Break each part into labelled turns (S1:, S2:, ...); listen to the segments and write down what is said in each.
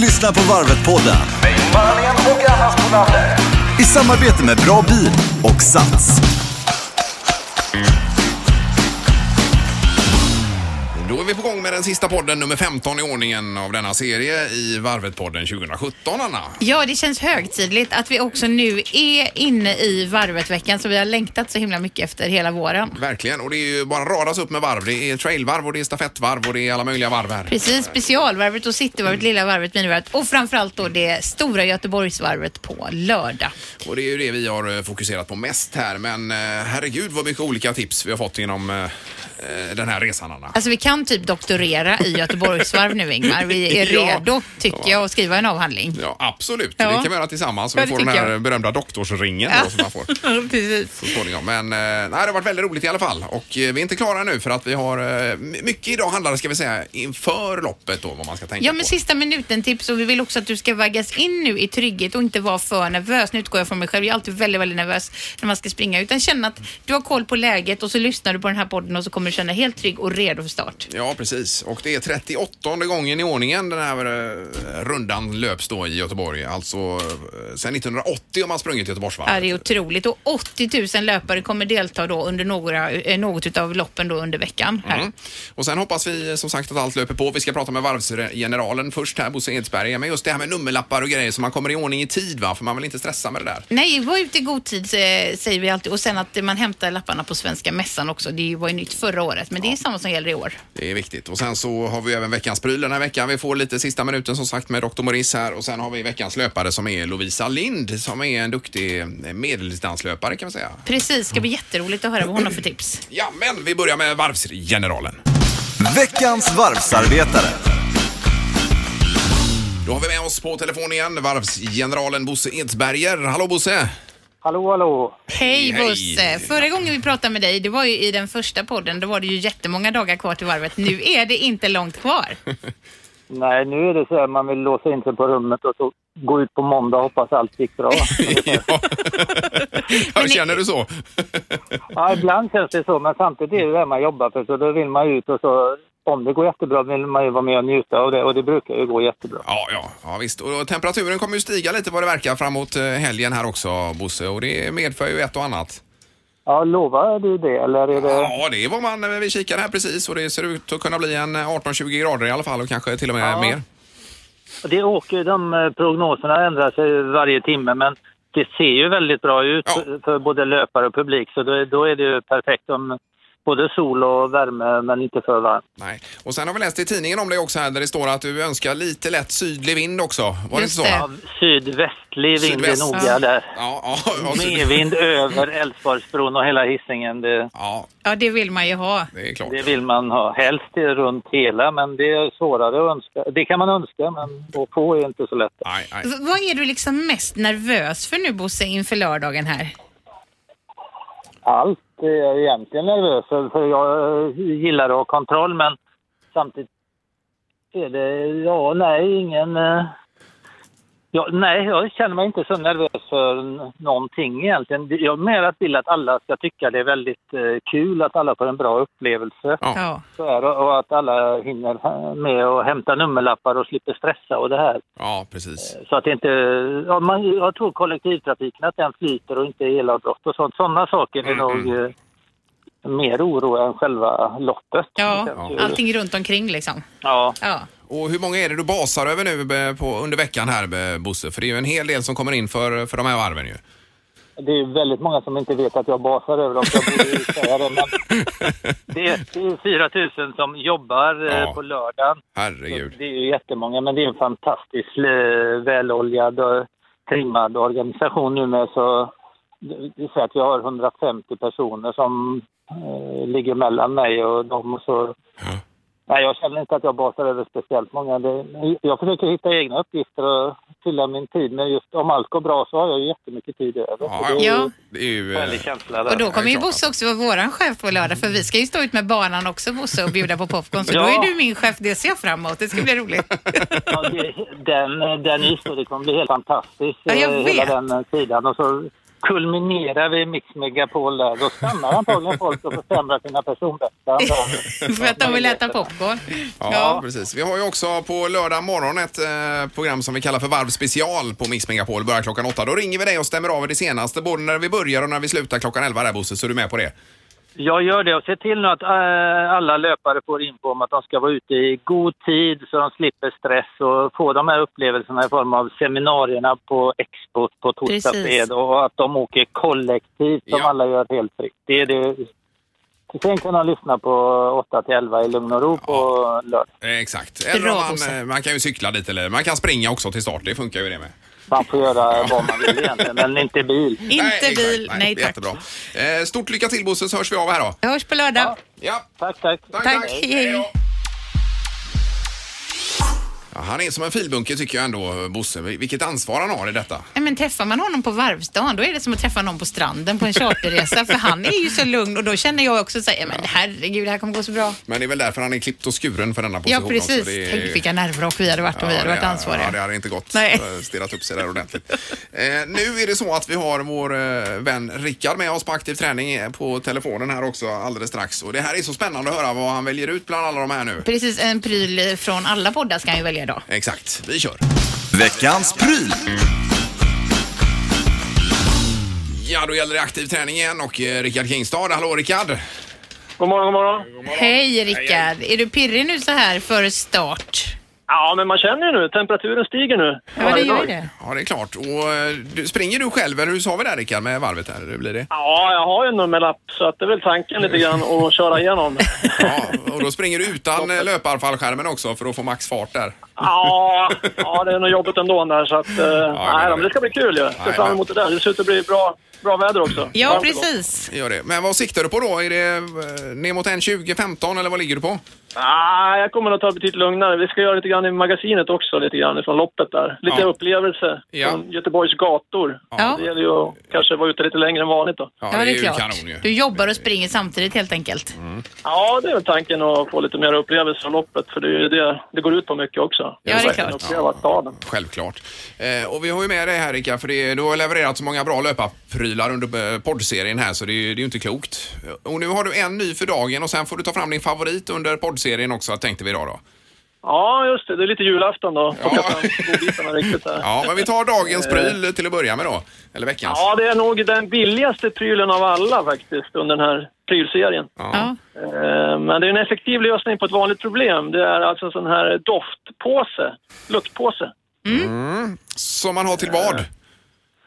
S1: lyssnar på Varvet-podden i samarbete med Bra Bil och Sats.
S2: Då är vi på gång med den sista podden, nummer 15 i ordningen av denna serie i Varvet-podden 2017, Anna.
S3: Ja, det känns högtidligt att vi också nu är inne i varvet-veckan så vi har längtat så himla mycket efter hela våren.
S2: Verkligen, och det är ju bara radas upp med varv. Det är trailvarv och det är stafettvarv och det är alla möjliga varv här.
S3: Precis, specialvarvet och cityvarvet, lilla varvet, minivarvet och framförallt då det stora Göteborgsvarvet på lördag.
S2: Och det är ju det vi har eh, fokuserat på mest här. Men eh, herregud vad mycket olika tips vi har fått genom eh, eh, den här resan, Anna.
S3: Alltså vi kan typ doktorera i Göteborgsvarv nu Ingmar. Vi är
S2: Ja.
S3: redo tycker jag att skriva en avhandling.
S2: Ja, absolut.
S3: Ja.
S2: Det kan vi göra tillsammans.
S3: Ja,
S2: Vi
S3: det
S2: får den
S3: tycker
S2: här
S3: jag.
S2: berömda doktorsringen då, som man får.
S3: Precis.
S2: så småningom. Men eh, nej, det har varit väldigt roligt i alla fall. Och eh, vi är inte klara nu för att vi har eh, my- mycket idag handlar det, ska vi säga inför loppet då vad man ska tänka
S3: Ja men
S2: på.
S3: sista minuten tips och vi vill också att du ska vaggas in nu i trygghet och inte vara för nervös. Nu utgår jag från mig själv, jag är alltid väldigt, väldigt nervös när man ska springa. Utan känna att du har koll på läget och så lyssnar du på den här podden och så kommer du känna dig helt trygg och redo för start.
S2: Ja, precis. Och det är 38 gången i ordningen den här eh, rundan löps då i Göteborg. Alltså eh, sedan 1980 har man sprungit Göteborgsvarvet.
S3: Ja, det är otroligt och 80 000 löpare kommer delta då under några, eh, något utav loppen då under veckan. Här.
S2: Mm. Och sen hoppas vi eh, som sagt att allt löper på. Vi ska prata med varvsgeneralen först här, Bosse Edsberg. Men just det här med nummerlappar och grejer så man kommer i ordning i tid va? För man vill inte stressa med det där.
S3: Nej, var ute i god tid eh, säger vi alltid och sen att man hämtar lapparna på Svenska Mässan också. Det var ju nytt förra året men det är samma som gäller i år.
S2: Det är viktigt. Och sen så har vi även veckans pryl den här veckan. Vi får lite sista minuten som sagt med Dr. Morris här och sen har vi veckans löpare som är Lovisa Lind som är en duktig eh, medeldistanslöpare kan man säga.
S3: Precis, ska bli jätteroligt att höra vad hon har för tips.
S2: Ja, men vi börjar med varvsgeneralen.
S1: Veckans varvsarbetare.
S2: Då har vi med oss på telefon igen varvsgeneralen Bosse Edsberger. Hallå Bosse!
S4: Hallå, hallå.
S3: Hej
S2: Hej.
S3: Bosse! Förra gången vi pratade med dig, det var ju i den första podden, då var det ju jättemånga dagar kvar till varvet. Nu är det inte långt kvar.
S4: Nej, nu är det så här man vill låsa in sig på rummet och så gå ut på måndag och hoppas allt gick bra.
S2: Ja.
S3: Men-
S2: Känner du så?
S4: ja, ibland känns det så, men samtidigt är det det man jobbar för. Så då vill man ju ut och så, om det går jättebra vill man ju vara med och njuta av det och det brukar ju gå jättebra.
S2: Ja, ja, ja visst. Och temperaturen kommer ju stiga lite vad det verkar framåt eh, helgen här också Bosse och det medför ju ett och annat.
S4: Ja, lovar du det eller är det...
S2: Ja, det var man. eh, Vi kikar här precis och det ser ut att kunna bli en 18-20 grader i alla fall och kanske till och med
S4: Ja.
S2: mer.
S4: Det åker, de eh, prognoserna ändrar sig ju varje timme, men det ser ju väldigt bra ut
S2: Ja.
S4: för- för både löpare och publik, så då, är- då är det ju perfekt om både sol och värme, men inte för varmt.
S2: Nej. Och sen har vi läst i tidningen om dig också här där det står att du önskar lite lätt sydlig vind också.
S3: Just
S2: Var det inte så?
S3: det.
S4: Ja, sydvästlig vind
S2: Sydväst.
S4: är noga där.
S2: Ja, ja, ja, syd...
S4: Medvind över Älvsborgsbron och hela Hisingen. Det,
S2: ja,
S3: Ja, det vill man ju ha.
S2: det är klart.
S4: det vill man ha. Helst det runt hela, men det är svårare att önska. Det kan man önska, men att få är inte så lätt.
S2: Nej, nej.
S3: V- vad är du liksom mest nervös för nu Bosse inför lördagen här?
S4: Allt är jag egentligen nervös för, för jag eh, gillar att ha kontroll, men samtidigt är det... Ja, nej, ingen... eh, Ja, nej, jag känner mig inte så nervös för n- någonting egentligen. Jag mer vill att alla ska tycka det är väldigt eh, kul, att alla får en bra upplevelse.
S2: Ja.
S3: Ja.
S4: Så är det, och att alla hinner eh, med och hämta nummerlappar och slipper stressa och det här.
S2: ja, precis.
S4: Så att det inte, ja, man, jag tror kollektivtrafiken att den flyter och inte är elavbrott och sånt. Sådana saker är nog eh, mer oro än själva loppet.
S3: Ja,
S4: Det känns ju-
S3: allting runt omkring liksom.
S4: ja.
S3: Ja.
S2: Och hur många är det du basar över nu eh, på, under veckan här eh, Bosse? För det är ju en hel del som kommer in för, för de här varven ju.
S4: Det är väldigt många som inte vet att jag basar över dem. så Jag borde ju säga det, men det är, det är 4 000 som jobbar eh,
S2: Ja.
S4: på lördagen.
S2: Herregud.
S4: Det är ju jättemånga, men det är en fantastiskt eh, väloljad och trimmad organisation nu med så vi säger att jag har 150 personer som eh, ligger mellan mig och dem och så. Nej, jag känner inte att jag basar över speciellt många. Det, jag försöker hitta egna uppgifter och fylla min tid med just om allt går bra så har jag ju jättemycket tid över.
S2: Ja,
S4: Så det är ju
S3: Ja.
S2: Det är ju...
S4: en
S2: eh,
S4: härlig känsla där.
S3: Och då
S2: det är
S3: kommer ju
S2: klart,
S3: Bosse också vara våran chef på lördag för vi ska ju stå ut med banan också Bosse och bjuda på popcorn. Så då är
S4: Ja.
S3: du min chef, det ser jag fram emot. Det ska bli roligt.
S4: Ja, det, den, den är så, det kommer bli helt fantastiskt.
S3: Ja, jag
S4: eh,
S3: vet.
S4: Hela den eh, sidan. Och så kulminerar vi Mix Megapol där, då stannar antagligen folk och försämrar sina personbästa.
S3: För att de vill äta popcorn.
S2: Ja, precis. Vi har ju också på lördag morgon ett eh, program som vi kallar för Varv special på Mix Megapol. Börjar klockan åtta. Då ringer vi dig och stämmer av det senaste, både när vi börjar och när vi slutar klockan elva där Bosse, så är du med på det.
S4: Jag gör det och ser till nu att eh, alla löpare får info om att de ska vara ute i god tid så de slipper stress och få de här upplevelserna i form av seminarierna på Expo på torsdag
S3: Precis.
S4: fredag och att de åker kollektivt som
S2: Ja.
S4: alla gör helt fritt. Det är det. Sen kan de lyssna på 8 till 11 i lugn och ro på lördag.
S2: Eh, exakt. Eller
S3: Bra,
S2: om man,
S3: Bosse.
S2: eh, man kan ju cykla dit eller man kan springa också till start. Det funkar ju det med.
S4: Man får göra vad man vill egentligen, men inte bil.
S3: Inte
S2: exakt.
S3: bil. Nej tack.
S2: Jättebra. Eh, stort lycka till Bosse så hörs vi av här då.
S3: Jag hörs på lördag.
S2: Ja.
S4: Tack, tack.
S3: Tack, hej.
S2: då. Ja, han är som en filbunke tycker jag ändå, Bosse. Vil- Vilket ansvar han har i detta.
S3: Nej, men träffar man honom på varvsdagen då är det som att träffa någon på stranden på en charterresa för han är ju så lugn och då känner jag också så här, "Ja, men herregud det här kommer gå så bra.
S2: Men det är väl därför han är klippt och skuren för denna
S3: Ja
S2: position
S3: precis.
S2: också. Det är-
S3: Tänk vilka nervrak vi hade varit om vi hade
S2: det
S3: varit
S2: är-
S3: ansvariga.
S2: Ja, det hade inte gått.
S3: Nej.
S2: Eh, Stirrat upp sig där ordentligt. eh, nu är det så att vi har vår eh, vän Rickard med oss på aktiv träning eh, på telefonen här också alldeles strax. Och det här är så spännande att höra vad han väljer ut bland alla de här nu.
S3: Precis, en pryl från alla poddar ska han ju välja idag.
S2: Exakt, vi kör.
S1: Veckans pryl.
S2: Ja, då gäller det aktiv träning igen och eh, Rickard Kingstad. Hallå Rickard!
S5: God morgon, god morgon.
S3: Hej Rickard! Är du pirrig nu så här för start?
S5: Ja, men man känner ju nu, temperaturen stiger nu.
S3: Ja, det
S5: Varje
S3: gör
S5: dag.
S3: ju det.
S2: Ja, det är klart. Och, eh, du, springer du själv eller hur sa vi där Rickard med varvet här? Hur blir det?
S5: Ja, jag har ju en nummerlapp så att det är väl tanken lite grann att köra igenom.
S2: Ja, och då springer du utan eh, löparfallskärmen också för att få max fart där.
S5: Ja, ja det är nog jobbigt ändå där så att... eh, nej,
S2: men-
S5: men det ska bli kul ju. Ser
S2: Nej,
S5: fram
S2: men-
S5: emot det där. Det ser ut att bli bra, bra väder också.
S3: Ja,
S5: Varmt och gott.
S3: precis.
S2: Gör det. Men vad siktar du på då? Är det eh, ner mot 1.20, 15 eller vad ligger du på?
S5: Nej, jag kommer att ta det betydligt lugnare. Vi ska göra lite grann i magasinet också, lite grann från loppet där. Lite
S2: Ja.
S5: upplevelse
S2: Ja.
S5: från Göteborgs gator.
S3: Ja.
S5: Det gäller ju att kanske vara ute lite längre än vanligt då.
S3: Ja, det
S2: ju
S3: är klart.
S2: kanon ju. Mm,
S3: Du jobbar och springer samtidigt helt enkelt.
S5: Ja, det är väl tanken att få lite mer upplevelse av loppet, för det är ju det det går ut på mycket också.
S3: Ja, det är klart.
S5: Uppleva staden.
S2: Självklart. Eh, och vi har ju med dig här Rickard, för det, du har levererat så många bra löparprylar under eh, poddserien här så det, är ju- det är ju inte klokt. Och nu har du en ny för dagen och sen får du ta fram din favorit under poddserien också tänkte vi idag då.
S5: Ja, just det. Det är lite julafton då.
S2: Ja.
S5: Plocka fram godbitarna riktigt där. Ja.
S2: Ja, men vi tar dagens pryl till att börja med då. Eller veckans.
S5: det är nog den billigaste prylen av alla faktiskt under den här prylserien.
S3: Ja.
S5: Eh, Men det är en effektiv lösning på ett vanligt problem. Det är alltså en sån här doftpåse, luktpåse.
S2: Som man har till
S5: Eh.
S2: vad?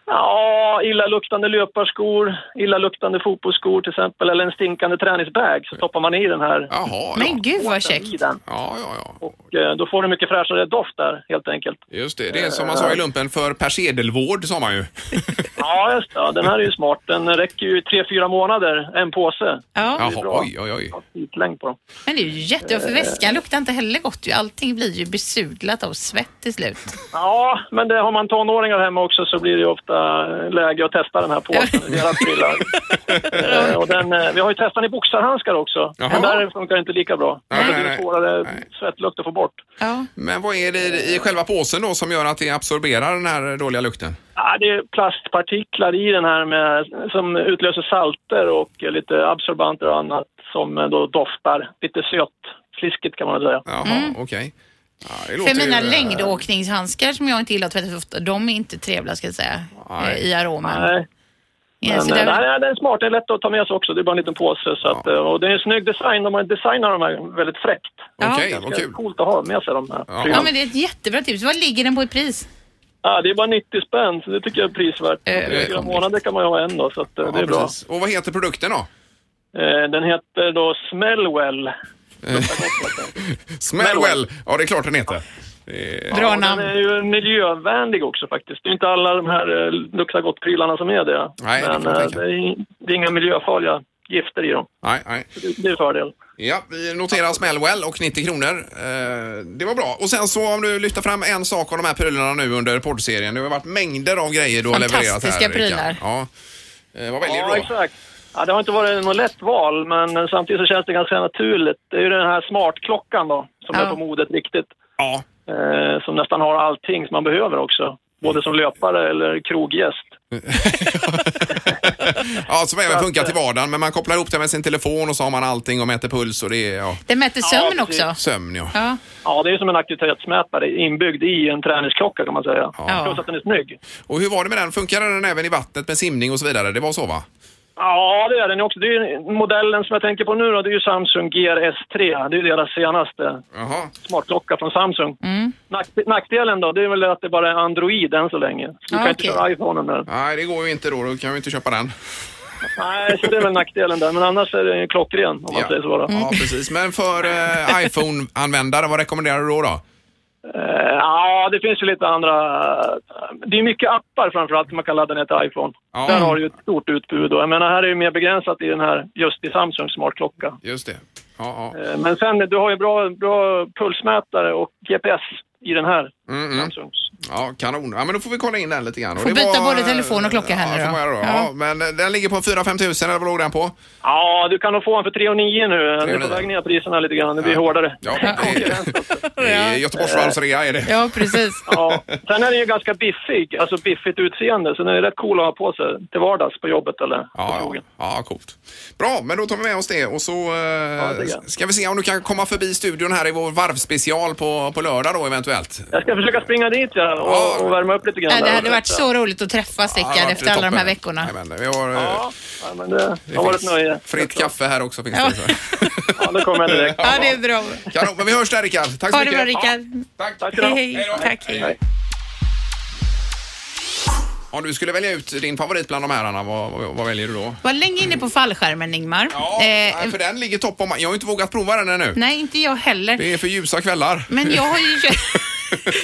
S5: Ja, illaluktande löparskor, illaluktande fotbollsskor till exempel, eller en stinkande träningsbag så stoppar man i den här.
S2: Jaha, ja.
S3: Men gud vad käckt.
S5: I den.
S2: Ja, ja, ja.
S5: Och eh, då får du mycket fräschare doft där, helt enkelt.
S2: Just det. Det är som man sa i lumpen, för persedelvård sa man ju.
S5: Ja, just det. Ja, Den här är ju smart. Den räcker ju i tre, fyra månader, en påse.
S3: Ja.
S2: Jaha,
S5: bra.
S2: oj, oj, oj.
S5: Ja, Tidslängd på dem.
S3: Men det är ju jätte... För väskan luktar inte heller gott ju. Allting blir ju besudlat av svett till slut.
S5: Ja, men det, har man tonåringar hemma också så blir det ju ofta läge att testa den här påsen i deras prylar. Eh, och den, eh, vi har ju testat den i boxarhandskar också,
S2: Jaha.
S5: men där funkar det inte lika bra.
S2: Nej,
S5: det
S2: nej, nej.
S5: blir svårare
S2: Nej.
S5: svettlukt att få bort.
S3: Ja.
S2: Men vad är det i själva påsen då som gör att det absorberar den här dåliga lukten?
S5: Ja, det är plastpartiklar i den här med, som utlöser salter och eh, lite absorbanter och annat som eh, då doftar lite sött. Fliskigt kan man väl säga.
S2: Jaha, okej. Ja, det låter
S3: Mm. För
S2: ju- eh,
S3: mina längdåkningshandskar som jag inte gillar att tvätta för ofta, de är inte trevliga ska jag säga.
S2: Nej.
S3: eh, I aromen.
S5: Nej.
S3: Ja,
S5: Men,
S3: så där-
S5: eh, nej, den är smart. Den är lätt att ta med sig också. Det är bara en liten påse. Så att, eh, Och det är en snygg design. De har designat de här väldigt fräckt.
S2: Okej,
S3: Ja.
S2: vad
S5: Det är
S2: kul.
S5: coolt att ha med sig de här.
S2: Ja.
S5: Ja.
S3: Ja men det är ett jättebra tips. Vad ligger den på i pris?
S5: det är bara 90 spänn, så det tycker jag är prisvärt.
S3: Eh,
S5: I Fyra månader kan man ju ha en då, så att, eh, det är
S2: Ja,
S5: bra.
S2: precis. Och vad heter produkten då?
S5: Eh, Den heter då Smellwell.
S2: Smellwell. Ja, det är klart den heter. Det är-
S3: Bra
S5: Ja, Den
S3: namn.
S5: är ju miljövänlig också faktiskt. Det är inte alla de här eh, lukta gott-prylarna som är det.
S2: Nej, det
S5: Men
S2: kan man
S5: eh,
S2: tänka.
S5: det är, det är inga miljöfarliga gifter i dem.
S2: Nej, nej.
S5: Det- Det är en fördel.
S2: Ja, vi noterar Smellwell och 90 kronor. Eh, det var bra. Och sen så om du lyfter fram en sak av de här prylarna nu under poddserien. Det har varit mängder av grejer du har levererat här.
S3: Fantastiska
S2: Rickard.
S3: prylar.
S2: Ja. Eh, vad väljer
S5: Ja,
S2: du då?
S5: exakt. Ja, det har inte varit något lätt val, men eh, samtidigt så känns det ganska naturligt. Det är ju den här smartklockan då, som
S3: Ja.
S5: är på modet riktigt.
S2: Ja,
S5: Eh, som nästan har allting som man behöver också. Både som löpare eller kroggäst.
S2: Ja, som även funkar till vardagen, men man kopplar ihop det med sin telefon och så har man allting och mäter puls och det är ja,
S3: Den mäter sömnen också.
S2: sömn ja.
S3: Ja.
S5: Ja, det är som en aktivitetsmätare inbyggd i en träningsklocka kan man säga.
S3: Ja.
S5: Plus att den är snygg.
S2: Och hur var det med den? Funkade den även i vattnet med simning och så vidare? Det var så va?
S5: Ja, det är den ju också. Det är ju modellen som jag tänker på nu då, det är ju Samsung GRS3. Det är ju deras senaste
S2: Jaha.
S5: smartklocka från Samsung.
S3: Mm.
S5: Nack- nackdelen då, det är väl att det bara är Android än så länge. Så Du
S3: Ah,
S5: kan inte
S3: okej.
S5: köra iPhonen där.
S2: Nej, det går ju inte då. Då kan vi inte köpa den.
S5: Nej, så det är väl nackdelen där. Men annars är den ju klockren om man
S2: Ja.
S5: säger så. Då.
S3: Mm.
S2: Ja, precis. Men för eh, iPhone-användare, vad rekommenderar du då? då?
S5: Eh, Ja, det finns ju lite andra... eh, Det är mycket appar framförallt som man kan ladda ner till iPhone.
S2: Ja.
S5: Där har du ju ett stort utbud. Och jag menar, här är ju mer begränsat i den här, just i Samsung smartklocka.
S2: Just det. Ja, ja.
S5: Eh, Men sen, du har ju bra, bra pulsmätare och GPS i den här
S2: Mm, mm.
S5: Samsungs.
S2: ja, kanon. Ja, men då får vi kolla in den lite grann. Och
S3: Får
S2: det
S3: byta både telefon och klocka här
S2: ja,
S3: nu då.
S2: får man göra då. Ja.
S3: Ja.
S2: men eh, den ligger på 4-5 tusen, eller vad låg den på?
S5: Ja, du kan nog få en för 3 9 nu. Vi är
S2: 3,9.
S5: på väg ner priserna lite grann. Det blir hårdare.
S2: Ja, det är, det är Göteborgsvarvsrea är det.
S3: Ja, precis.
S5: Ja. Sen är den ju ganska biffig, alltså biffigt utseende. Så den är rätt cool att ha på sig till vardags på jobbet eller på
S2: Ja, ja,
S5: krogen.
S2: ja, coolt. Bra, men då tar vi med oss det och så eh,
S5: tycker jag.
S2: ska vi se om du kan komma förbi studion här i vår varvspecial på, på lördag då eventuellt.
S5: Jag ska försöka springa dit ja, och, och värma upp lite grann.
S3: Nej, det
S5: där.
S3: hade varit så roligt att träffa Rickard
S2: Ja, det
S3: efter
S2: blir
S3: alla de här
S2: toppen.
S3: veckorna.
S2: Jajamän, vi har, eh,
S5: Ja, ja, men det,
S2: det
S5: har varit
S2: finns
S5: ett nöje.
S2: Fritt kaffe här också finns
S3: Ja.
S2: det.
S5: Ja, då kommer jag direkt.
S3: Ja, det är bra.
S2: Kanon, men vi hörs där Rickard. Tack så
S3: Ha det
S2: mycket.
S3: bra, Rickard.
S2: Tack.
S5: Tack ska du ha.
S3: Hej, hej. Tack. Hej.
S5: Hej.
S2: Om du skulle välja ut din favorit bland de här, Anna, vad, vad, vad väljer du då?
S3: Var länge inne på fallskärmen, Ingmar.
S2: Ja,
S3: Eh,
S2: nej, för den ligger topp om. Jag har inte vågat prova den ännu.
S3: nej, inte jag heller.
S2: Det är för ljusa kvällar.
S3: Men jag har ju...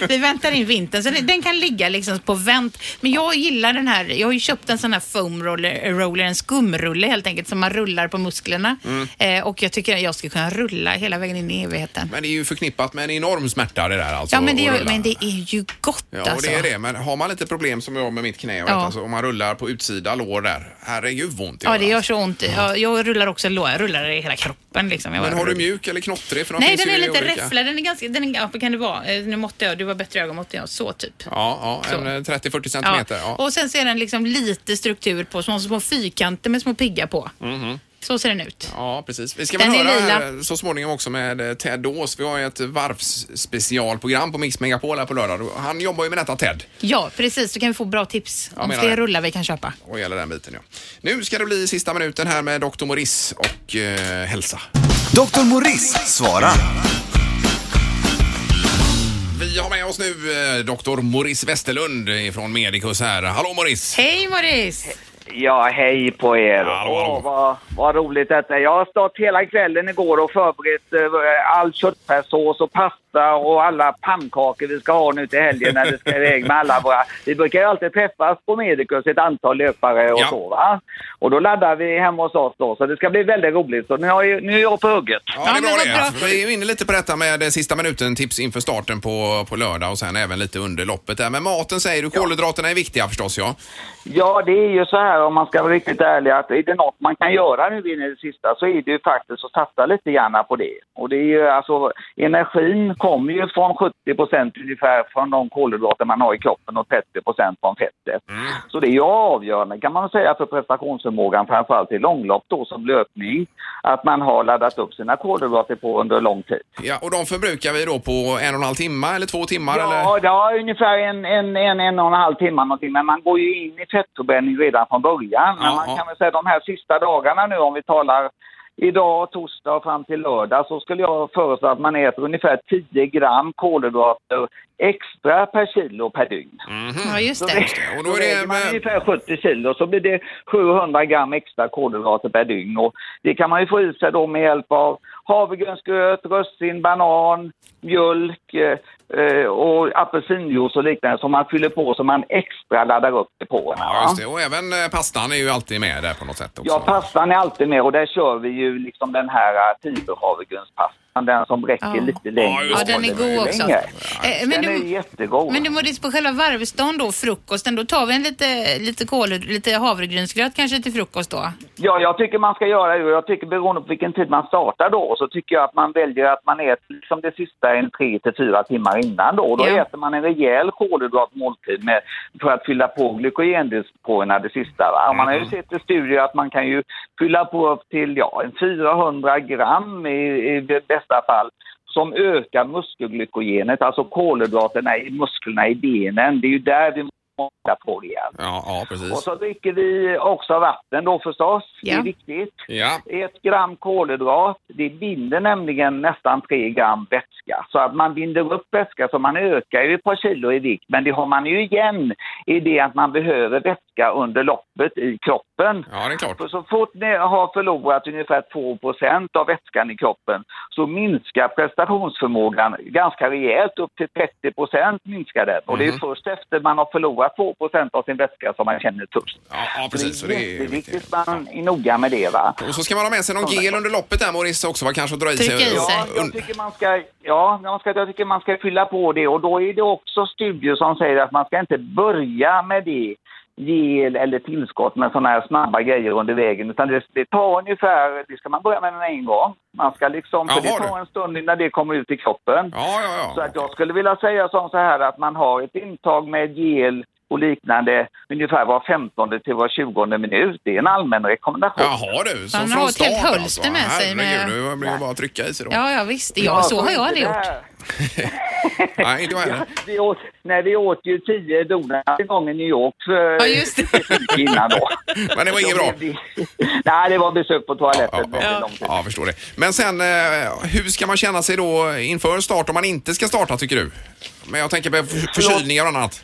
S3: Vi väntar in vintern, så den- den kan ligga liksom på vänt. Men jag gillar den här, jag har ju köpt en sån här foam roller, roller en skumrulle helt enkelt, som man rullar på musklerna.
S2: Mm.
S3: Eh, och jag tycker att jag ska kunna rulla hela vägen in i evigheten.
S2: Men det är ju förknippat med en enorm smärta det där alltså.
S3: Ja, men det,
S2: att
S3: gör-
S2: rulla.
S3: men det är ju gott
S2: Ja, och
S3: alltså.
S2: det är det. Men har man lite problem som jag har med mitt knä, och
S3: Ja.
S2: alltså, om man rullar på utsida lår där, herregud vad ont
S3: Ja, det gör
S2: alltså.
S3: så ont. Ja, jag rullar också lår, jag rullar i hela kroppen liksom. Jag
S2: Men
S3: bara-
S2: har du mjuk eller knottrig? För de
S3: Nej,
S2: finns
S3: den
S2: ju
S3: är
S2: i
S3: lite
S2: olika.
S3: räfflad. Den är ganska... Den är, ja, vad kan det vara? Eh, Nu måtte jag, du var bättre ögonmått än jag. Så typ.
S2: Ja, ja
S3: Så.
S2: en eh, 30-40 centimeter. Ja.
S3: Och sen ser den liksom lite struktur på, små, små fyrkanter med små piggar på. Så ser den ut.
S2: Mhm. Ja, precis. Vi ska väl
S3: Den är
S2: höra
S3: lila.
S2: här så småningom också med eh, Ted Ås. Vi har ju ett varvsspecialprogram på Mix Megapol här på lördag. Han jobbar ju med detta Ted,
S3: Ja, precis. Så kan vi få bra tips om
S2: menar
S3: fler
S2: det.
S3: rullar vi kan köpa.
S2: vad gäller den biten. Ja. Nu ska det bli sista minuten här med Dr. Morris och eh, hälsa.
S1: Dr. Morris svarar.
S2: Vi har med oss nu eh, Dr. Morris Westerlund från Medicus här. Hallå Morris!
S3: Hej Morris!
S6: Ja, hej på er.
S2: Hallå, hallå.
S6: Åh, vad, vad roligt detta är. Jag har stått hela kvällen igår och förberett eh, all köttfärssås och pasta och alla pannkakor vi ska ha nu till helgen när vi ska iväg med alla våra... Vi brukar ju alltid träffas på Medicus, ett antal löpare och
S2: Ja.
S6: så va. Och då laddar vi hemma hos oss då, så det ska bli väldigt roligt. Så nu, har ju, nu är jag på hugget.
S2: Ja, det
S3: Ja,
S2: är
S3: men
S2: bra
S3: vad
S2: det.
S3: bra.
S2: Vi är ju inne lite på detta med eh, sista minuten-tips inför starten på, på lördag och sen även lite under loppet där. Men maten säger du, kolhydraterna är viktiga förstås ja.
S6: Ja, det är ju så här om man ska vara riktigt ärlig att är det något man kan göra nu in i det sista så är det ju faktiskt att satsa lite grann på det. Och det är ju alltså, energin kommer ju från 70 procent ungefär från de kolhydrater man har i kroppen och 30 procent från fettet. Så det är ju avgörande kan man säga för prestationsförmågan framförallt i långlopp då som löpning att man har laddat upp sina kolhydrater på under lång tid.
S2: ja. Och de förbrukar vi då på en och en halv timme eller två timmar eller?
S6: Ja, det har ungefär en, en, en, en och en halv timme någonting. Men man går ju in i fettförbränning redan från början.
S2: Ja,
S6: Men man
S2: ja.
S6: kan väl säga de här sista dagarna nu om vi talar idag, torsdag och fram till lördag så skulle jag föreslå att man äter ungefär 10 gram kolhydrater extra per kilo per dygn.
S2: Mhm.
S3: Ja, just
S6: Så
S3: det.
S2: det. Och då
S6: då
S2: är det
S6: väger man
S2: med-
S6: ungefär 70 kilo så blir det 700 gram extra kolhydrater per dygn. Och det kan man ju få i sig då med hjälp av havregrynsgröt, russin, banan, mjölk eh, eh, och apelsinjuice och liknande som man fyller på så man extra laddar upp depåerna.
S2: Ja,
S6: va?
S2: just det. Och även eh, pastan är ju alltid med där på något sätt också.
S6: Ja, pastan är alltid med och där kör vi ju liksom den här eh, fiberhavregrynspasta'n nästan den som räcker
S3: Ja.
S6: lite längre.
S2: Ja, just
S3: Ja,
S2: det.
S3: den är god också.
S6: Längre.
S3: Eh,
S6: Den
S3: Men
S6: är
S3: du,
S6: jättegod.
S3: men du Maurice, på själva varvsdagen då, frukosten, då tar vi en lite, lite, kål, lite havregrynsgröt kanske till frukost då?
S6: Ja, jag tycker man ska göra det. Jag tycker beroende på vilken tid man startar då så tycker jag att man väljer att man äter liksom det sista en tre till fyra timmar innan då. Då
S3: Ja.
S6: äter man en rejäl kolhydratmåltid med, för att fylla på glykogendepåerna det sista. Va? Och Man har ju sett i studier att man kan ju fylla på upp till ja, en 400 gram i, i bästa fall som ökar muskelglykogenet, alltså kolhydraterna i musklerna i benen. Det är ju där vi måste på det igen.
S2: Ja, ja precis.
S6: Och så dricker vi också vatten då förstås. Det
S3: Ja.
S6: är viktigt.
S2: Ja,
S6: Ett gram kolhydrat, det binder nämligen nästan tre gram vätska. Så att man binder upp vätska så man ökar ju ett par kilo i vikt. Men det har man ju igen i det att man behöver vätska under loppet i kroppen.
S2: ja det är klart.
S6: För så fort ni har förlorat ungefär 2 av vätskan i kroppen så minskar prestationsförmågan ganska rejält, upp till 30 minskar den. Och det är först efter man har förlorat 2 av sin vätska som man känner törst.
S2: Ja, ja
S6: Så
S2: precis. Så
S6: det är jätteviktigt att man är noga med det. Va?
S2: Och så ska man ha med sig någon gel under loppet där Maurice också, va? kanske att dra i
S3: Trycka i
S2: sig.
S3: sig.
S6: Ja, jag tycker man ska, ja jag, ska, jag tycker man ska fylla på det och då är det också studier som säger att man ska inte börja med det gel eller tillskott med sådana här snabba grejer under vägen utan det, det tar ungefär, det ska man börja med den en gång. Man ska liksom, för
S2: Jaha,
S6: det tar
S2: du.
S6: en stund innan det kommer ut i kroppen.
S2: Ja, ja,
S6: Så
S2: ja.
S6: att jag skulle vilja säga som så här att man har ett intag med gel och liknande ungefär var 15 till var 20 minut. Det är en allmän rekommendation.
S2: Jaha du, så
S3: Han
S2: från
S3: har ett
S2: start
S3: helt hölster
S2: alltså.
S3: med sig med-
S2: Herregud, nu blir det bara att trycka i sig då.
S3: Ja, ja visst. Ja, så har jag det
S6: här-
S3: gjort.
S2: Nej, inte jag heller.
S6: Vi åt, nej, vi åt ju tio donuts en gång i New York för
S3: Ja, just det.
S6: innan då.
S2: Men det var inget bra.
S6: nej, det var besök på toaletten
S2: Ja,
S6: väldigt lång tid.
S2: Ja, jag förstår det. Men sen, eh, hur ska man känna sig då inför start om man inte ska starta tycker du? Men jag tänker på för- förkylningar och annat.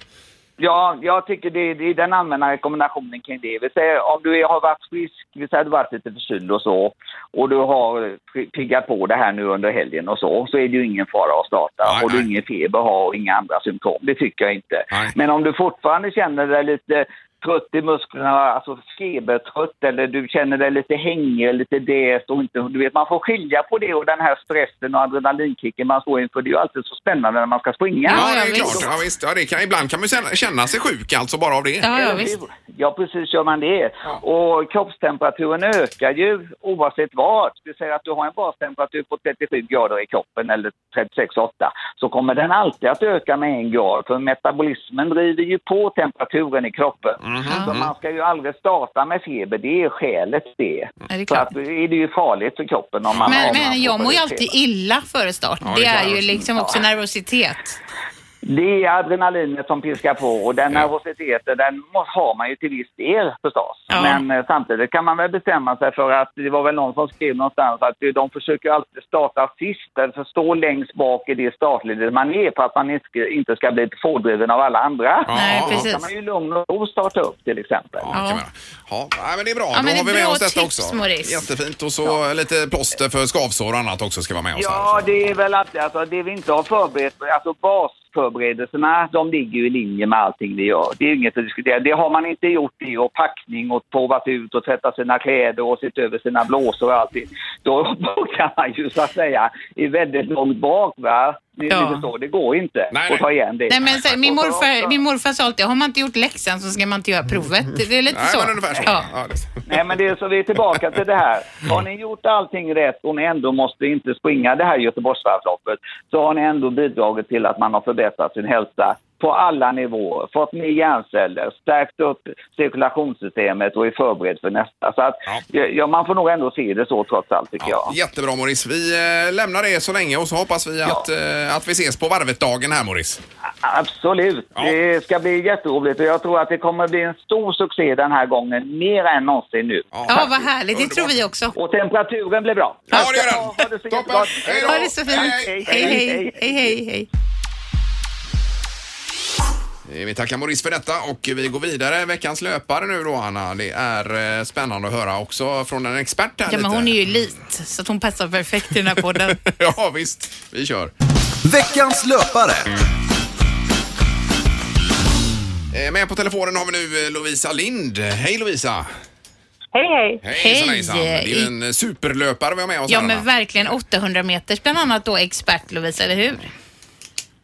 S6: Ja, jag tycker det, det är den allmänna rekommendationen kring det. Vi säger, om du är- har varit frisk, vi säger att du varit lite förkyld och så, och du har pri- piggat på det här nu under helgen och så, så är det ju ingen fara att starta.
S2: Nej,
S6: och du
S2: nej.
S6: ingen feber har och inga andra symptom, det tycker jag inte.
S2: Nej.
S6: Men om du fortfarande känner dig lite trött i musklerna, alltså febertrött eller du känner dig lite hängig, lite däst och inte, du vet man får skilja på det och den här stressen och adrenalinkicken man står inför. Det är ju alltid så spännande när man ska springa.
S2: Ja,
S3: ja,
S2: det är
S3: visst.
S2: klart. Ja, visst. Ja, det kan, ibland kan man ju känna, känna sig sjuk alltså bara av det.
S3: Ja, ja
S6: Eller
S3: visst.
S6: hur? Ja, precis gör man det. Och kroppstemperaturen ökar ju oavsett vad. Du säger att du har en bastemperatur på 37 grader i kroppen eller 36,8 så kommer den alltid att öka med en grad för metabolismen driver ju på temperaturen i kroppen.
S3: Mm.
S2: Mhm.
S6: Så man ska ju aldrig starta med feber, det är skälet det.
S3: Ja, det är
S6: så
S3: klart.
S6: att, då är det ju farligt för kroppen om man
S3: Men,
S6: om man
S3: men jag
S6: får
S3: mår ju
S6: feber.
S3: alltid illa före start.
S2: Ja, det
S3: Det
S2: kan
S3: är
S2: jag
S3: ju
S2: också.
S3: liksom också nervositet.
S6: Det är adrenalinet som piskar på och den nervositeten den må- har man ju till viss del förstås.
S3: Ja.
S6: Men eh, samtidigt kan man väl bestämma sig för att det var väl någon som skrev någonstans att eh, de försöker alltid starta sist eller stå längst bak i det startledet man är för att man inte ska- inte ska bli pådriven av alla andra.
S2: Ja,
S3: Nej,
S2: ja,
S3: precis.
S6: Då kan man ju i lugn och ro starta upp till exempel.
S2: Ja, det kan man göra. ja. ja, men det är bra.
S3: Ja,
S2: Då
S3: men det
S2: har
S3: är
S2: vi med
S3: bra
S2: oss detta
S3: tips,
S2: också.
S3: Maurice.
S2: Jättefint. Och så lite plåster för skavsår och annat också ska vara med oss.
S6: Ja,
S2: här.
S6: det är väl alltid alltså, det vi inte har förberett, alltså basförberedelserna, de ligger ju i linje med allting vi gör. Det är ju inget att diskutera. Det har man inte gjort i och packning och provat ut och tvättat sina kläder och sett över sina blåsor och allting. Då kan man ju så att säga i väldigt långt bak va. Ni,
S3: Ja.
S6: ni förstår, det går inte
S2: Nej,
S6: att ta igen det.
S3: Nej, men så, min,
S6: Och så-
S3: morfar, min morfar sa alltid, har man inte gjort läxan så ska man inte göra provet. Det är lite
S2: Mm. Nej,
S3: så.
S2: men ungefär så.
S3: Ja.
S2: Ja, det-
S6: Nej, men det är så vi är tillbaka till det här. Har ni gjort allting rätt och ni ändå måste inte springa det här Göteborgsvarvsloppet så har ni ändå bidragit till att man har förbättrat sin hälsa på alla nivåer, fått ner hjärnceller, stärkt upp cirkulationssystemet och är förberedd för nästa. Så att, ja. man får nog ändå se det så trots allt tycker
S2: Ja,
S6: jag.
S2: jättebra Maurice. Vi eh, lämnar det så länge och så hoppas vi att, eh, att vi ses på varvet-dagen här Maurice.
S6: Absolut,
S2: Ja.
S6: det ska bli jätteroligt och jag tror att det kommer bli en stor succé den här gången, mer än någonsin nu.
S3: ja, vad härligt. Det
S2: Underbart.
S3: tror vi också.
S6: Och temperaturen blir bra.
S2: Ja, det gör den.
S6: Ha det så
S2: Toppen.
S6: jättebra.
S2: Hej då.
S3: Ha det så fint.
S2: Hej,
S3: Hej,
S6: hej.
S3: hej. hej, hej, hej.
S2: Eh, Vi tackar Maurice för detta och vi går vidare. Veckans löpare nu då Anna. Det är eh, spännande att höra också från en expert här
S3: Ja, men
S2: lite.
S3: hon är ju elit, så att hon passar perfekt i den här podden.
S2: Ja visst, vi kör.
S1: Veckans löpare.
S2: Eh, Med på telefonen har vi nu eh, Lovisa Lind. Hej Lovisa!
S7: Hej, hej.
S2: Hejsan,
S3: Hej.
S2: hejsan. Det är ju en eh, superlöpare vi har med oss
S3: Ja,
S2: här, Anna.
S3: men verkligen 800 meters bland annat då expert Lovisa, eller hur?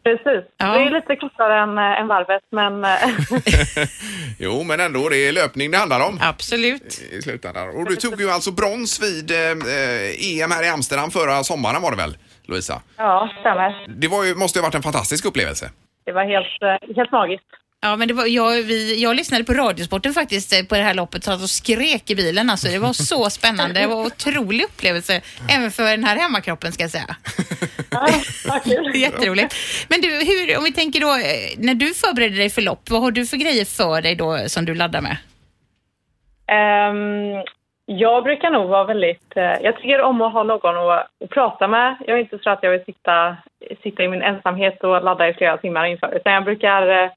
S7: Precis.
S3: Ja.
S7: Det är lite kortare än, eh, än varvet, men eh,
S2: Jo, men ändå, det är löpning det handlar om.
S3: Absolut.
S2: I slutändan. Och du tog ju alltså brons vid eh, eh, EM här i Amsterdam förra sommaren var det väl, Lovisa?
S7: ja, stämmer.
S2: Det var ju, måste ju ha varit en fantastisk upplevelse.
S7: Det var helt, eh, helt magiskt.
S3: Ja, men det var, jag, vi, jag lyssnade på Radiosporten faktiskt eh, på det här loppet så att jag skrek i bilen alltså. Det var så spännande. Det var en otrolig upplevelse. Även för den här hemmakroppen ska jag säga.
S7: Ja, vad kul.
S3: Jätteroligt. Men du, hur, om vi tänker då, eh, när du förbereder dig för lopp, vad har du för grejer för dig då som du laddar med?
S7: Ehm, jag brukar nog vara väldigt... eh, jag tycker om att ha någon att, att prata med. Jag är inte så att jag vill sitta, sitta i min ensamhet och ladda i flera timmar inför. Utan jag brukar eh,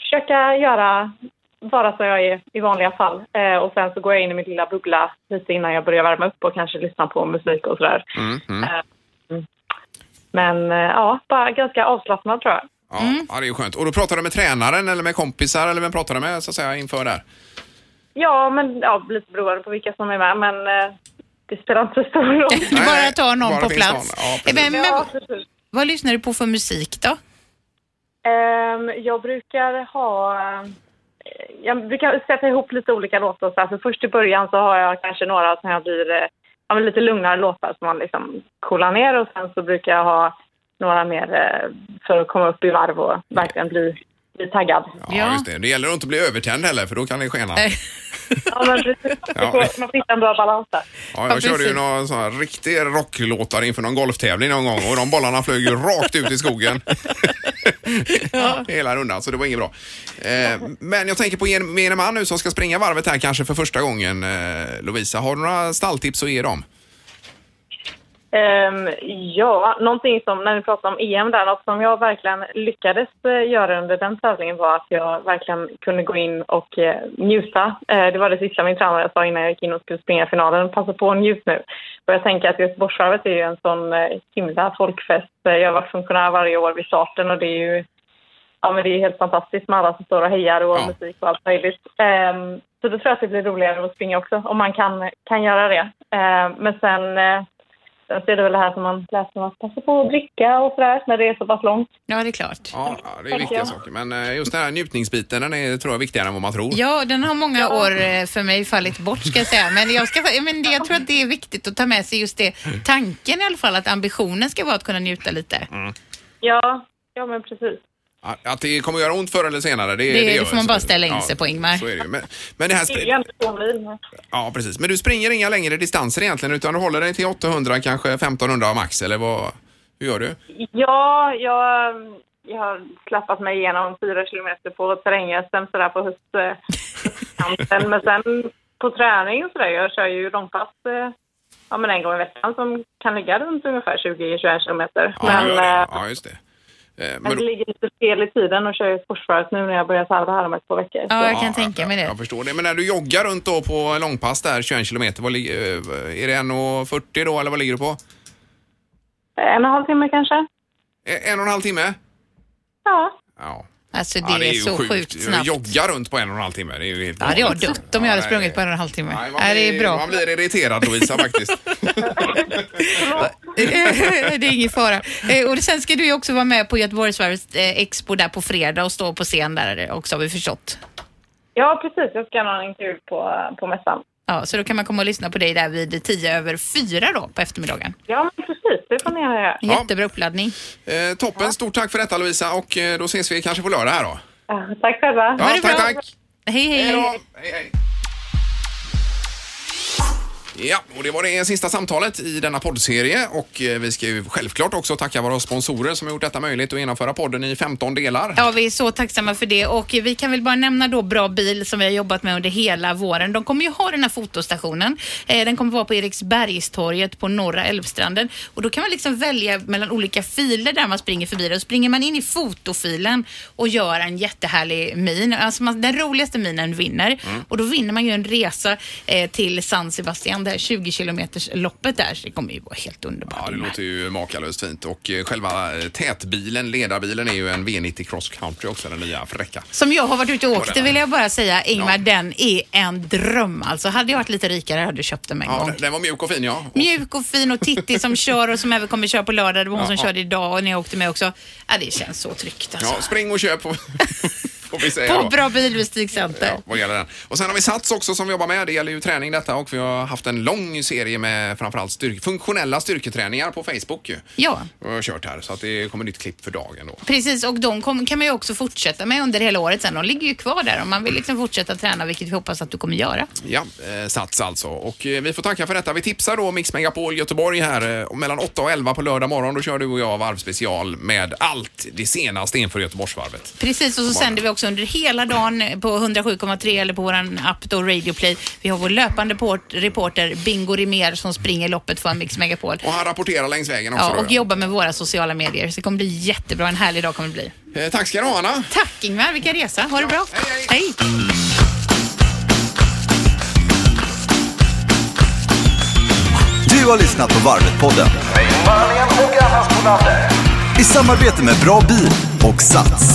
S7: försöka göra vara som jag är i vanliga fall. Eh, och sen så går jag in i min lilla bubbla lite innan jag börjar värma upp och kanske lyssna på musik och sådär. Eh,
S2: Mm, mm.
S7: Men eh, ja, bara ganska avslappnad tror jag.
S2: Ja,
S3: Mm.
S2: ja, det är ju skönt. Och då pratar du med tränaren eller med kompisar eller vem pratar du med så att säga inför där?
S7: Ja, men ja, lite beroende på vilka som är med. Men eh, det spelar inte så stor roll.
S3: Du
S2: Nej,
S3: bara tar någon
S2: bara
S3: på
S2: finns
S3: plats.
S2: någon. Ja,
S3: Eh, men, men,
S7: Ja, precis.
S3: vad lyssnar du på för musik då?
S7: Ehm, jag brukar ha... eh, Jag brukar sätta ihop lite olika låtar. Så här. För först i början så har jag kanske några som jag blir eh, ja, men lite lugnare låtar som man liksom coolar ner. Och sen så brukar jag ha några mer eh, för att komma upp i varv och verkligen bli, bli taggad.
S2: Ja,
S3: Ja. Eh,
S2: just det. Det gäller att inte bli övertänd heller för då kan det skena.
S3: Nej.
S7: Ja, men precis.
S2: Ja.
S7: Det går- Man får hitta en bra balans där.
S2: Ja,
S3: Ja,
S2: jag körde ju
S3: precis.
S2: någon sån här riktig rocklåtar inför någon golftävling någon gång och de bollarna flög ju rakt ut i skogen. Hela rundan, så det var inget bra. Eh, men jag tänker på gemene man nu som ska springa varvet här kanske för första gången. Eh, Lovisa, har du några stalltips att ge dem?
S7: Ehm, ja, någonting som, när vi pratade om EM där, något som jag verkligen lyckades eh, göra under den tävlingen var att jag verkligen kunde gå in och eh, njuta. Eh, det var det sista min tränare sa innan jag gick in och skulle springa finalen. Passa på och njut nu. Och jag tänker att Göteborgsvarvet är ju en sån eh, himla folkfest. Eh, Jag har varit funktionär varje år vid starten och det är ju Ja, men det är helt fantastiskt med alla som står och hejar och
S2: Ja.
S7: musik och allt möjligt. Ehm, så då tror jag att det blir roligare att springa också, om man kan, kan göra det. Ehm, men sen, eh, sen så är det väl det här som man läser om att passa på att dricka och sådär när det är så pass långt.
S3: Ja, det är klart.
S2: Ja, ja, det är
S7: Tack,
S2: viktiga
S7: ja.
S2: saker. Men eh, just den här njutningsbiten, den är, tror jag, viktigare än vad man tror.
S3: Ja, den har många år eh, för mig fallit bort ska jag säga. Men, jag, ska, men det, jag tror att det är viktigt att ta med sig just det. Tanken i alla fall, att ambitionen ska vara att kunna njuta lite.
S2: Mm.
S7: Ja, ja men precis.
S2: Att- Att det kommer göra ont förr eller senare, det,
S3: Det-
S2: gör
S3: det får man
S2: så-
S3: bara ställa in
S2: ja,
S3: sig på, Ingmar.
S2: Så är det ju. Men, men det här...
S7: Det är
S2: spri-
S7: ju ändå två mil.
S2: Ja, precis. Men du springer inga längre distanser egentligen utan du håller dig till 800, kanske 1500 max eller vad? Hur gör du?
S7: Ja, jag, jag har släppat mig igenom fyra kilometer på terrängen sådär på eh, höstkanten. men sen på träning och sådär, jag kör ju långpass eh, ja, men en gång i veckan som kan ligga runt ungefär 20-21 kilometer.
S2: Ja,
S7: men
S2: du gör det.
S7: eh,
S2: ja just det. Eh,
S7: men
S2: Men,
S7: det ligger lite fel i tiden och kör ju sportsvarvet nu när jag börjar salva här om ett par veckor.
S3: Ja,
S7: Så,
S3: jag kan tänka mig
S2: jag,
S3: det.
S2: jag förstår det. Men när du joggar runt då på långpass där, 21 kilometer, vad ligger, eh, är det 1,40 då eller vad ligger du på?
S7: en och en halv timme kanske?
S2: Eh, En och en halv timme?
S7: Ja.
S2: Ja.
S3: Alltså det,
S2: ja,
S3: är, så sjukt, snabbt.
S2: Jogga runt på en och en halv timme, det är ju helt
S3: Ja, det har
S2: vanligt.
S3: dött om jag hade
S2: Ja,
S3: sprungit
S2: nej.
S3: på en och en halv timme.
S2: Nej, man,
S3: Ja, det
S2: blir-
S3: är bra.
S2: man blir irriterad Lovisa faktiskt.
S3: det är ingen fara. Eh, Och sen ska du ju också vara med på Göteborgsvarvets eh, expo där på fredag och stå på scen där eh, också har vi förstått.
S7: ja, precis. Jag ska ha en intervju på, på mässan.
S3: Ja, så då kan man komma och lyssna på dig där vid tio över fyra då på eftermiddagen.
S7: Ja, men precis. Det får ni göra.
S3: En
S2: Ja.
S3: Jättebra uppladdning.
S2: Eh, toppen, stort tack för detta Lovisa och eh, då ses vi kanske på lördag här då.
S7: Ja, Tack själva.
S2: Ja,
S3: det
S2: tack,
S3: bra.
S2: tack.
S3: Hej, hej.
S2: Hej då. Hej, hej. Ja, och det var det sista samtalet i denna poddserie och eh, vi ska ju självklart också tacka våra sponsorer som har gjort detta möjligt att genomföra podden i 15 delar.
S3: Ja, vi är så tacksamma för det och vi kan väl bara nämna då Bra Bil som vi har jobbat med under hela våren. De kommer ju ha den här fotostationen. Eh, Den kommer vara på Eriksbergstorget på Norra Älvstranden och då kan man liksom välja mellan olika filer där man springer förbi det. Och springer man in i fotofilen och gör en jättehärlig min,
S2: Mm.
S3: alltså man, den roligaste minen vinner och då vinner man ju en resa eh, till San Sebastian det här 20 kilometers loppet där. Så det kommer ju vara helt underbart.
S2: Ja, det låter ju makalöst fint. Och eh, själva eh, tätbilen, ledarbilen, är ju en V90 Cross Country också, den nya fräcka.
S3: Som jag har varit ute och åkt, det
S2: den.
S3: vill jag bara säga Ingmar,
S2: Ja.
S3: den är en dröm alltså. Hade jag varit lite rikare hade jag köpt den med en
S2: Ja,
S3: gång.
S2: den- den var mjuk och fin, ja. Och-
S3: Mjuk och fin och Titti som kör och som även kommer köra på lördag. Det var hon som
S2: Ja.
S3: körde idag och när jag åkte med också. Ja, det känns så tryggt alltså.
S2: Ja, spring och köp får- får vi säga
S3: På
S2: då.
S3: Bra Bilbestigscenter.
S2: Ja, vad gäller den. Och sen har vi Sats också som jobbar med. Det gäller ju träning detta och vi har haft en lång serie med framförallt styrk, funktionella styrketräningar på Facebook ju.
S3: Ja.
S2: Och jag har kört här så att det kommer nytt klipp för dagen då.
S3: Precis, och de kom, kan man ju också fortsätta med under hela året sen. De ligger ju kvar där om man vill liksom fortsätta träna, vilket vi hoppas att du kommer göra.
S2: Ja, eh, Sats alltså. Och eh, vi får tacka för detta. Vi tipsar då Mix Megapol Göteborg här eh, och mellan 8 och 11 på lördag morgon. Då kör du och jag varvspecial med allt det senaste inför Göteborgsvarvet.
S3: Precis, och så sänder vi också under hela dagen på 107,3 eller på vår app då, Radio Play. Vi har vår löpande port- reporter Bingo Rimér som springer loppet för Mix Megapol.
S2: Och han rapporterar längs vägen också.
S3: Ja, och
S2: då, ja.
S3: jobbar med våra sociala medier. Så det kommer bli jättebra. En härlig dag kommer det bli.
S2: Eh, tack ska du ha Anna.
S3: Tack Ingmar, vilken resa. Ha det bra.
S2: Ja, hej,
S3: hej.
S1: Du har lyssnat på Varvet-podden. I samarbete med Bra Bil och Sats.